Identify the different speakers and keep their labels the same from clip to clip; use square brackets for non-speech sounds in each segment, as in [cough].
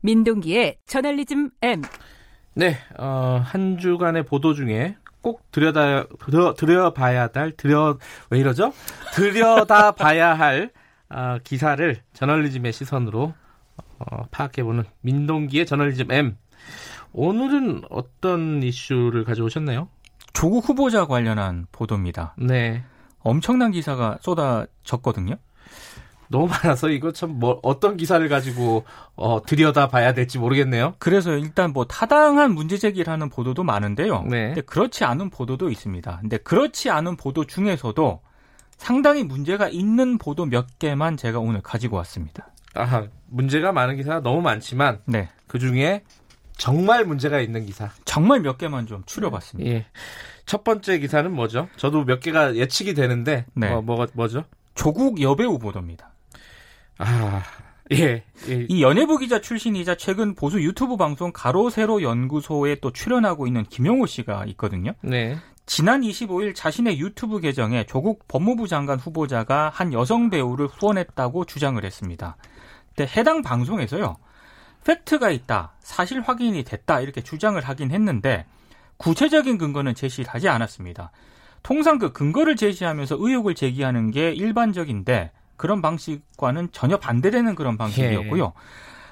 Speaker 1: 민동기의 저널리즘 M.
Speaker 2: 네, 어, 한 주간의 보도 중에 꼭 들여다 들여, 들여봐야 할 들여 왜 이러죠? 들여다봐야 할 아, 기사를 저널리즘의 시선으로 어, 파악해보는 민동기의 저널리즘 M. 오늘은 어떤 이슈를 가져오셨나요?
Speaker 3: 조국 후보자 관련한 보도입니다.
Speaker 2: 네,
Speaker 3: 엄청난 기사가 쏟아졌거든요.
Speaker 2: 너무 많아서 이거 참 뭐, 어떤 기사를 가지고 어, 들여다봐야 될지 모르겠네요.
Speaker 3: 그래서 일단 뭐 타당한 문제 제기를 하는 보도도 많은데요.
Speaker 2: 네.
Speaker 3: 근데 그렇지 않은 보도도 있습니다. 근데 그렇지 않은 보도 중에서도 상당히 문제가 있는 보도 몇 개만 제가 오늘 가지고 왔습니다.
Speaker 2: 아, 문제가 많은 기사가 너무 많지만
Speaker 3: 네.
Speaker 2: 그 중에 정말 문제가 있는 기사.
Speaker 3: 정말 몇 개만 좀 추려봤습니다.
Speaker 2: 예. 첫 번째 기사는 뭐죠? 저도 몇 개가 예측이 되는데
Speaker 3: 네.
Speaker 2: 뭐, 뭐가 뭐죠?
Speaker 3: 조국 여배우 보도입니다.
Speaker 2: 아, 예. 예.
Speaker 3: 이 연예부 기자 출신이자 최근 보수 유튜브 방송 가로세로 연구소에 또 출연하고 있는 김용호 씨가 있거든요.
Speaker 2: 네.
Speaker 3: 지난 25일 자신의 유튜브 계정에 조국 법무부 장관 후보자가 한 여성 배우를 후원했다고 주장을 했습니다. 근데 네, 해당 방송에서요. 팩트가 있다. 사실 확인이 됐다. 이렇게 주장을 하긴 했는데 구체적인 근거는 제시를 하지 않았습니다. 통상 그 근거를 제시하면서 의혹을 제기하는 게 일반적인데 그런 방식과는 전혀 반대되는 그런 방식이었고요.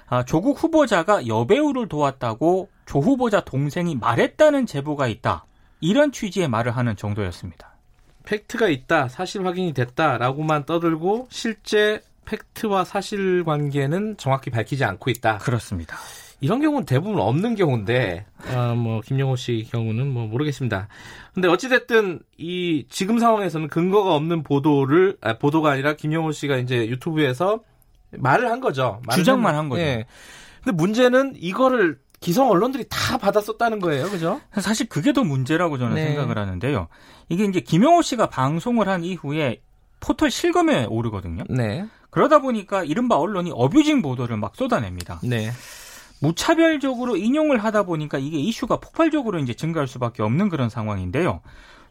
Speaker 3: 아, 조국 후보자가 여배우를 도왔다고 조 후보자 동생이 말했다는 제보가 있다. 이런 취지의 말을 하는 정도였습니다.
Speaker 2: 팩트가 있다, 사실 확인이 됐다라고만 떠들고 실제 팩트와 사실 관계는 정확히 밝히지 않고 있다.
Speaker 3: 그렇습니다.
Speaker 2: 이런 경우는 대부분 없는 경우인데, 아, 뭐, 김영호 씨 경우는 뭐, 모르겠습니다. 근데 어찌됐든, 이, 지금 상황에서는 근거가 없는 보도를, 아, 보도가 아니라 김영호 씨가 이제 유튜브에서 말을 한 거죠. 말을
Speaker 3: 주장만 한 거죠.
Speaker 2: 예. 근데 문제는 이거를 기성 언론들이 다 받았었다는 거예요. 그죠?
Speaker 3: 사실 그게 더 문제라고 저는
Speaker 2: 네.
Speaker 3: 생각을 하는데요. 이게 이제 김영호 씨가 방송을 한 이후에 포털 실검에 오르거든요.
Speaker 2: 네.
Speaker 3: 그러다 보니까 이른바 언론이 어뷰징 보도를 막 쏟아냅니다.
Speaker 2: 네.
Speaker 3: 무차별적으로 인용을 하다 보니까 이게 이슈가 폭발적으로 이제 증가할 수밖에 없는 그런 상황인데요.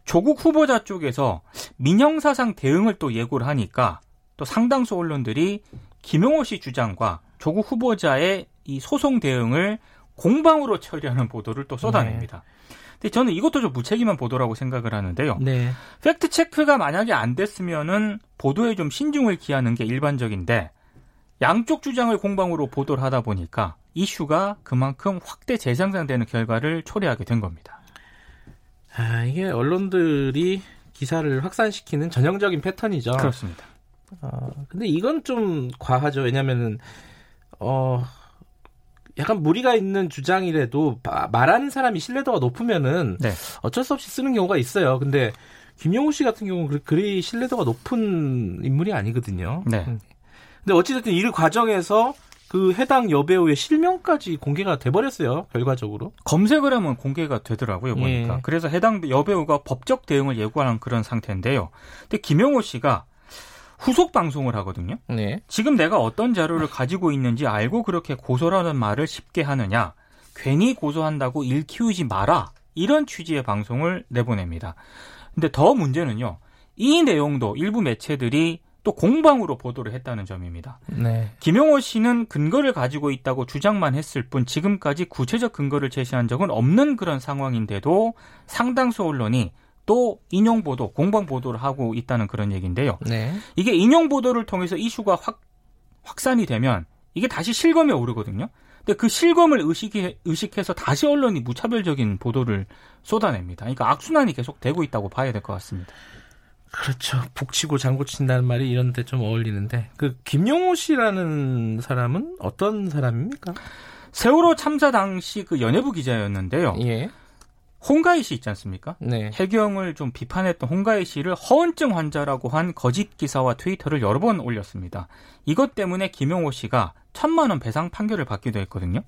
Speaker 3: 조국 후보자 쪽에서 민영사상 대응을 또 예고를 하니까 또 상당수 언론들이 김용호 씨 주장과 조국 후보자의 이 소송 대응을 공방으로 처리하는 보도를 또 쏟아냅니다. 근데 저는 이것도 좀 무책임한 보도라고 생각을 하는데요.
Speaker 2: 네.
Speaker 3: 팩트 체크가 만약에 안 됐으면은 보도에 좀 신중을 기하는 게 일반적인데 양쪽 주장을 공방으로 보도를 하다 보니까 이슈가 그만큼 확대 재생산되는 결과를 초래하게 된 겁니다.
Speaker 2: 아, 이게 언론들이 기사를 확산시키는 전형적인 패턴이죠.
Speaker 3: 그렇습니다.
Speaker 2: 어, 근데 이건 좀 과하죠. 왜냐면은, 어, 약간 무리가 있는 주장이라도 마- 말하는 사람이 신뢰도가 높으면은
Speaker 3: 네.
Speaker 2: 어쩔 수 없이 쓰는 경우가 있어요. 근데 김용우 씨 같은 경우는 그- 그리 신뢰도가 높은 인물이 아니거든요.
Speaker 3: 네.
Speaker 2: 근데 어찌됐든 이 과정에서 그 해당 여배우의 실명까지 공개가 돼버렸어요. 결과적으로.
Speaker 3: 검색을 하면 공개가 되더라고요, 보니까.
Speaker 2: 예.
Speaker 3: 그래서 해당 여배우가 법적 대응을 예고하는 그런 상태인데요. 근데 김영호 씨가 후속 방송을 하거든요.
Speaker 2: 네.
Speaker 3: 지금 내가 어떤 자료를 가지고 있는지 알고 그렇게 고소라는 말을 쉽게 하느냐. 괜히 고소한다고 일 키우지 마라. 이런 취지의 방송을 내보냅니다. 근데 더 문제는요. 이 내용도 일부 매체들이 또 공방으로 보도를 했다는 점입니다.
Speaker 2: 네.
Speaker 3: 김용호 씨는 근거를 가지고 있다고 주장만 했을 뿐 지금까지 구체적 근거를 제시한 적은 없는 그런 상황인데도 상당수 언론이 또 인용 보도, 공방 보도를 하고 있다는 그런 얘기인데요.
Speaker 2: 네.
Speaker 3: 이게 인용 보도를 통해서 이슈가 확 확산이 되면 이게 다시 실검에 오르거든요. 근데 그 실검을 의식해, 의식해서 다시 언론이 무차별적인 보도를 쏟아냅니다. 그러니까 악순환이 계속 되고 있다고 봐야 될 것 같습니다.
Speaker 2: 그렇죠. 북치고 장구 친다는 말이 이런데 좀 어울리는데 그 김용호 씨라는 사람은 어떤 사람입니까?
Speaker 3: 세월호 참사 당시 그 연예부 기자였는데요.
Speaker 2: 예.
Speaker 3: 홍가희 씨 있지 않습니까?
Speaker 2: 네.
Speaker 3: 해경을 좀 비판했던 홍가희 씨를 허언증 환자라고 한 거짓 기사와 트위터를 여러 번 올렸습니다. 이것 때문에 김용호 씨가 천만 원 배상 판결을 받기도 했거든요.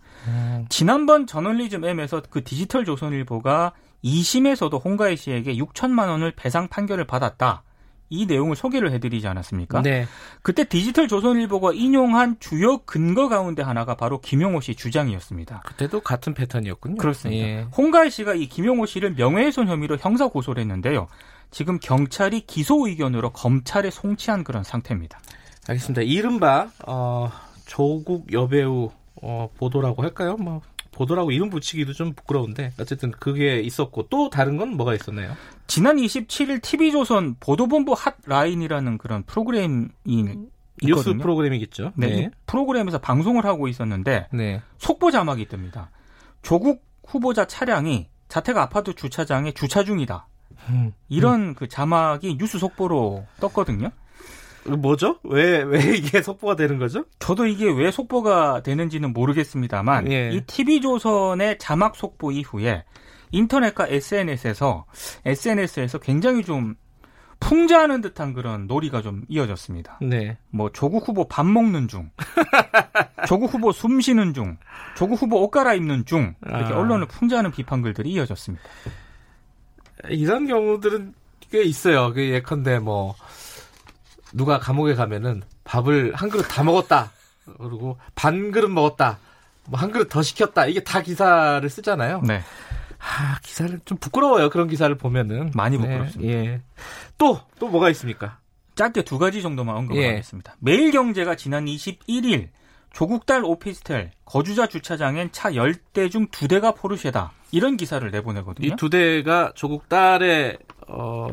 Speaker 3: 지난번 저널리즘 M에서 그 디지털 조선일보가 2심에서도 홍가희 씨에게 6천만 원을 배상 판결을 받았다. 이 내용을 소개를 해드리지 않았습니까?
Speaker 2: 네.
Speaker 3: 그때 디지털 조선일보가 인용한 주요 근거 가운데 하나가 바로 김용호 씨 주장이었습니다.
Speaker 2: 그때도 같은 패턴이었군요.
Speaker 3: 그렇습니다.
Speaker 2: 예.
Speaker 3: 홍가희 씨가 이 김용호 씨를 명예훼손 혐의로 형사 고소를 했는데요. 지금 경찰이 기소 의견으로 검찰에 송치한 그런 상태입니다.
Speaker 2: 알겠습니다. 이른바 어, 조국 여배우 어, 보도라고 할까요? 뭐 보도라고 이름 붙이기도 좀 부끄러운데 어쨌든 그게 있었고 또 다른 건 뭐가 있었나요?
Speaker 3: 지난 27일 TV조선 보도본부 핫라인이라는 그런 프로그램이 있거든요.
Speaker 2: 음, 뉴스 프로그램이겠죠.
Speaker 3: 네, 이 프로그램에서 방송을 하고 있었는데
Speaker 2: 네.
Speaker 3: 속보 자막이 뜹니다. 조국 후보자 차량이 자택 아파트 주차장에 주차 중이다.
Speaker 2: 음.
Speaker 3: 이런 그 자막이 뉴스 속보로 떴거든요.
Speaker 2: 뭐죠? 왜 왜 이게 [laughs] 속보가 되는 거죠?
Speaker 3: 저도 이게 왜 속보가 되는지는 모르겠습니다만
Speaker 2: 예.
Speaker 3: 이 TV조선의 자막 속보 이후에 인터넷과 SNS에서 SNS에서 굉장히 좀 풍자하는 듯한 그런 놀이가 좀 이어졌습니다.
Speaker 2: 네.
Speaker 3: 뭐 조국 후보 밥
Speaker 2: [laughs]
Speaker 3: 먹는 중, 조국 후보 숨 쉬는 중, 조국 후보 옷 갈아입는 중 이렇게
Speaker 2: 아.
Speaker 3: 언론을 풍자하는 비판글들이 이어졌습니다.
Speaker 2: 이런 경우들은 꽤 있어요. 그 예컨대 뭐 누가 감옥에 가면은 밥을 한 그릇 다 먹었다. 그리고 반 그릇 먹었다. 뭐 한 그릇 더 시켰다. 이게 다 기사를 쓰잖아요.
Speaker 3: 네,
Speaker 2: 아, 기사를 좀 부끄러워요. 그런 기사를 보면은
Speaker 3: 많이
Speaker 2: 네,
Speaker 3: 부끄럽습니다.
Speaker 2: 예. 또 또 뭐가 있습니까?
Speaker 3: 짧게 두 가지 정도만
Speaker 2: 예.
Speaker 3: 언급하겠습니다. 매일경제가 지난 21일 조국 딸 오피스텔 거주자 주차장엔 차 10대 중 2대가 포르쉐다. 이런 기사를 내보내거든요.
Speaker 2: 이 두 대가 조국 딸의 어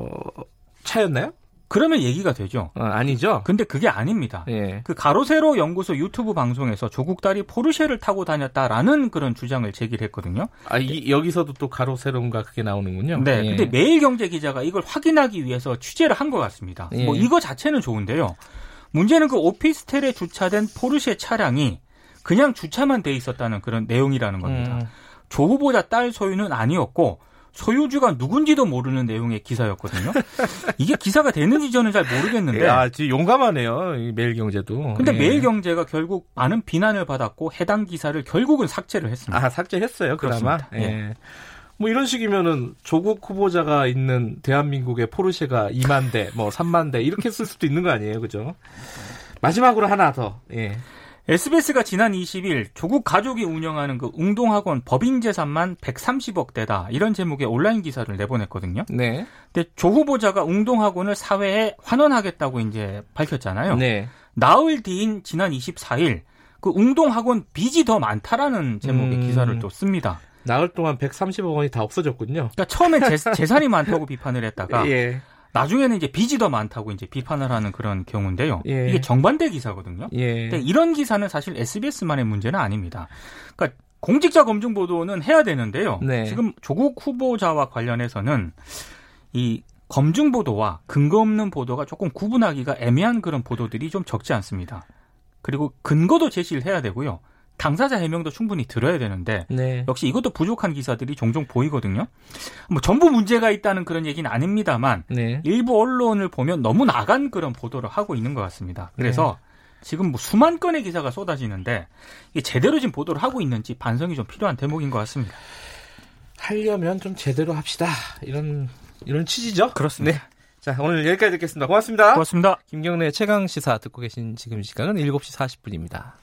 Speaker 2: 차였나요?
Speaker 3: 그러면 얘기가 되죠.
Speaker 2: 어, 아니죠.
Speaker 3: 근데 그게 아닙니다.
Speaker 2: 예.
Speaker 3: 그 가로세로 연구소 유튜브 방송에서 조국 딸이 포르쉐를 타고 다녔다라는 그런 주장을 제기를 했거든요.
Speaker 2: 아, 이, 여기서도 또 가로 세로인가 그게 나오는군요.
Speaker 3: 네.
Speaker 2: 예.
Speaker 3: 근데 매일경제 기자가 이걸 확인하기 위해서 취재를 한 것 같습니다.
Speaker 2: 예.
Speaker 3: 뭐 이거 자체는 좋은데요. 문제는 그 오피스텔에 주차된 포르쉐 차량이 그냥 주차만 돼 있었다는 그런 내용이라는 겁니다.
Speaker 2: 음,
Speaker 3: 조 후보자 딸 소유는 아니었고 소유주가 누군지도 모르는 내용의
Speaker 2: [laughs]
Speaker 3: 기사였거든요. 이게 기사가 되는지 저는 잘 모르겠는데
Speaker 2: 아, 진짜 용감하네요. 이 매일경제도.
Speaker 3: 네. 근데
Speaker 2: 예.
Speaker 3: 매일경제가 결국 많은 비난을 받았고 해당 기사를 결국은 삭제를 했습니다.
Speaker 2: 아 삭제했어요. 그나마.
Speaker 3: 그렇습니다.
Speaker 2: 예. 뭐 이런 식이면은 조국 후보자가 있는 대한민국의 포르쉐가 2만 대, 뭐 3만 대 이렇게 쓸 수도 있는 거 아니에요, 그죠? 마지막으로 하나 더. 예.
Speaker 3: SBS가 지난 20일 조국 가족이 운영하는 그 웅동학원 법인 재산만 130억 대다 이런 제목의 온라인 기사를 내보냈거든요.
Speaker 2: 네.
Speaker 3: 근데 조 후보자가 웅동학원을 사회에 환원하겠다고 이제 밝혔잖아요.
Speaker 2: 네.
Speaker 3: 나흘 뒤인 지난 24일 그 웅동학원 빚이 더 많다라는 제목의
Speaker 2: 음.
Speaker 3: 기사를 또 씁니다.
Speaker 2: 나흘 동안 130억 원이 다 없어졌군요.
Speaker 3: 그러니까 처음에
Speaker 2: [laughs]
Speaker 3: 재, 산이 많다고 비판을 했다가
Speaker 2: 예.
Speaker 3: 나중에는 이제 빚이 더 많다고 이제 비판을 하는 그런 경우인데요.
Speaker 2: 예.
Speaker 3: 이게 정반대 기사거든요.
Speaker 2: 예.
Speaker 3: 근데 네, 이런 기사는 사실 SBS만의 문제는 아닙니다. 그러니까 공직자 검증 보도는 해야 되는데요.
Speaker 2: 네.
Speaker 3: 지금 조국 후보자와 관련해서는 이 검증 보도와 근거 없는 보도가 조금 구분하기가 애매한 그런 보도들이 좀 적지 않습니다. 그리고 근거도 제시를 해야 되고요. 당사자 해명도 충분히 들어야 되는데
Speaker 2: 네.
Speaker 3: 역시 이것도 부족한 기사들이 종종 보이거든요. 뭐 전부 문제가 있다는 그런 얘기는 아닙니다만
Speaker 2: 네.
Speaker 3: 일부 언론을 보면 너무 나간 그런 보도를 하고 있는 것 같습니다. 그래서 지금 뭐 수만 건의 기사가 쏟아지는데 이게 제대로 지금 보도를 하고 있는지 반성이 좀 필요한 대목인 것 같습니다.
Speaker 2: 하려면 좀 제대로 합시다. 이런 이런 취지죠.
Speaker 3: 그렇습니다.
Speaker 2: 네. 자, 오늘 여기까지 듣겠습니다. 고맙습니다.
Speaker 3: 고맙습니다.
Speaker 2: 김경래 최강 시사 듣고 계신 지금 시간은 7시 40분입니다.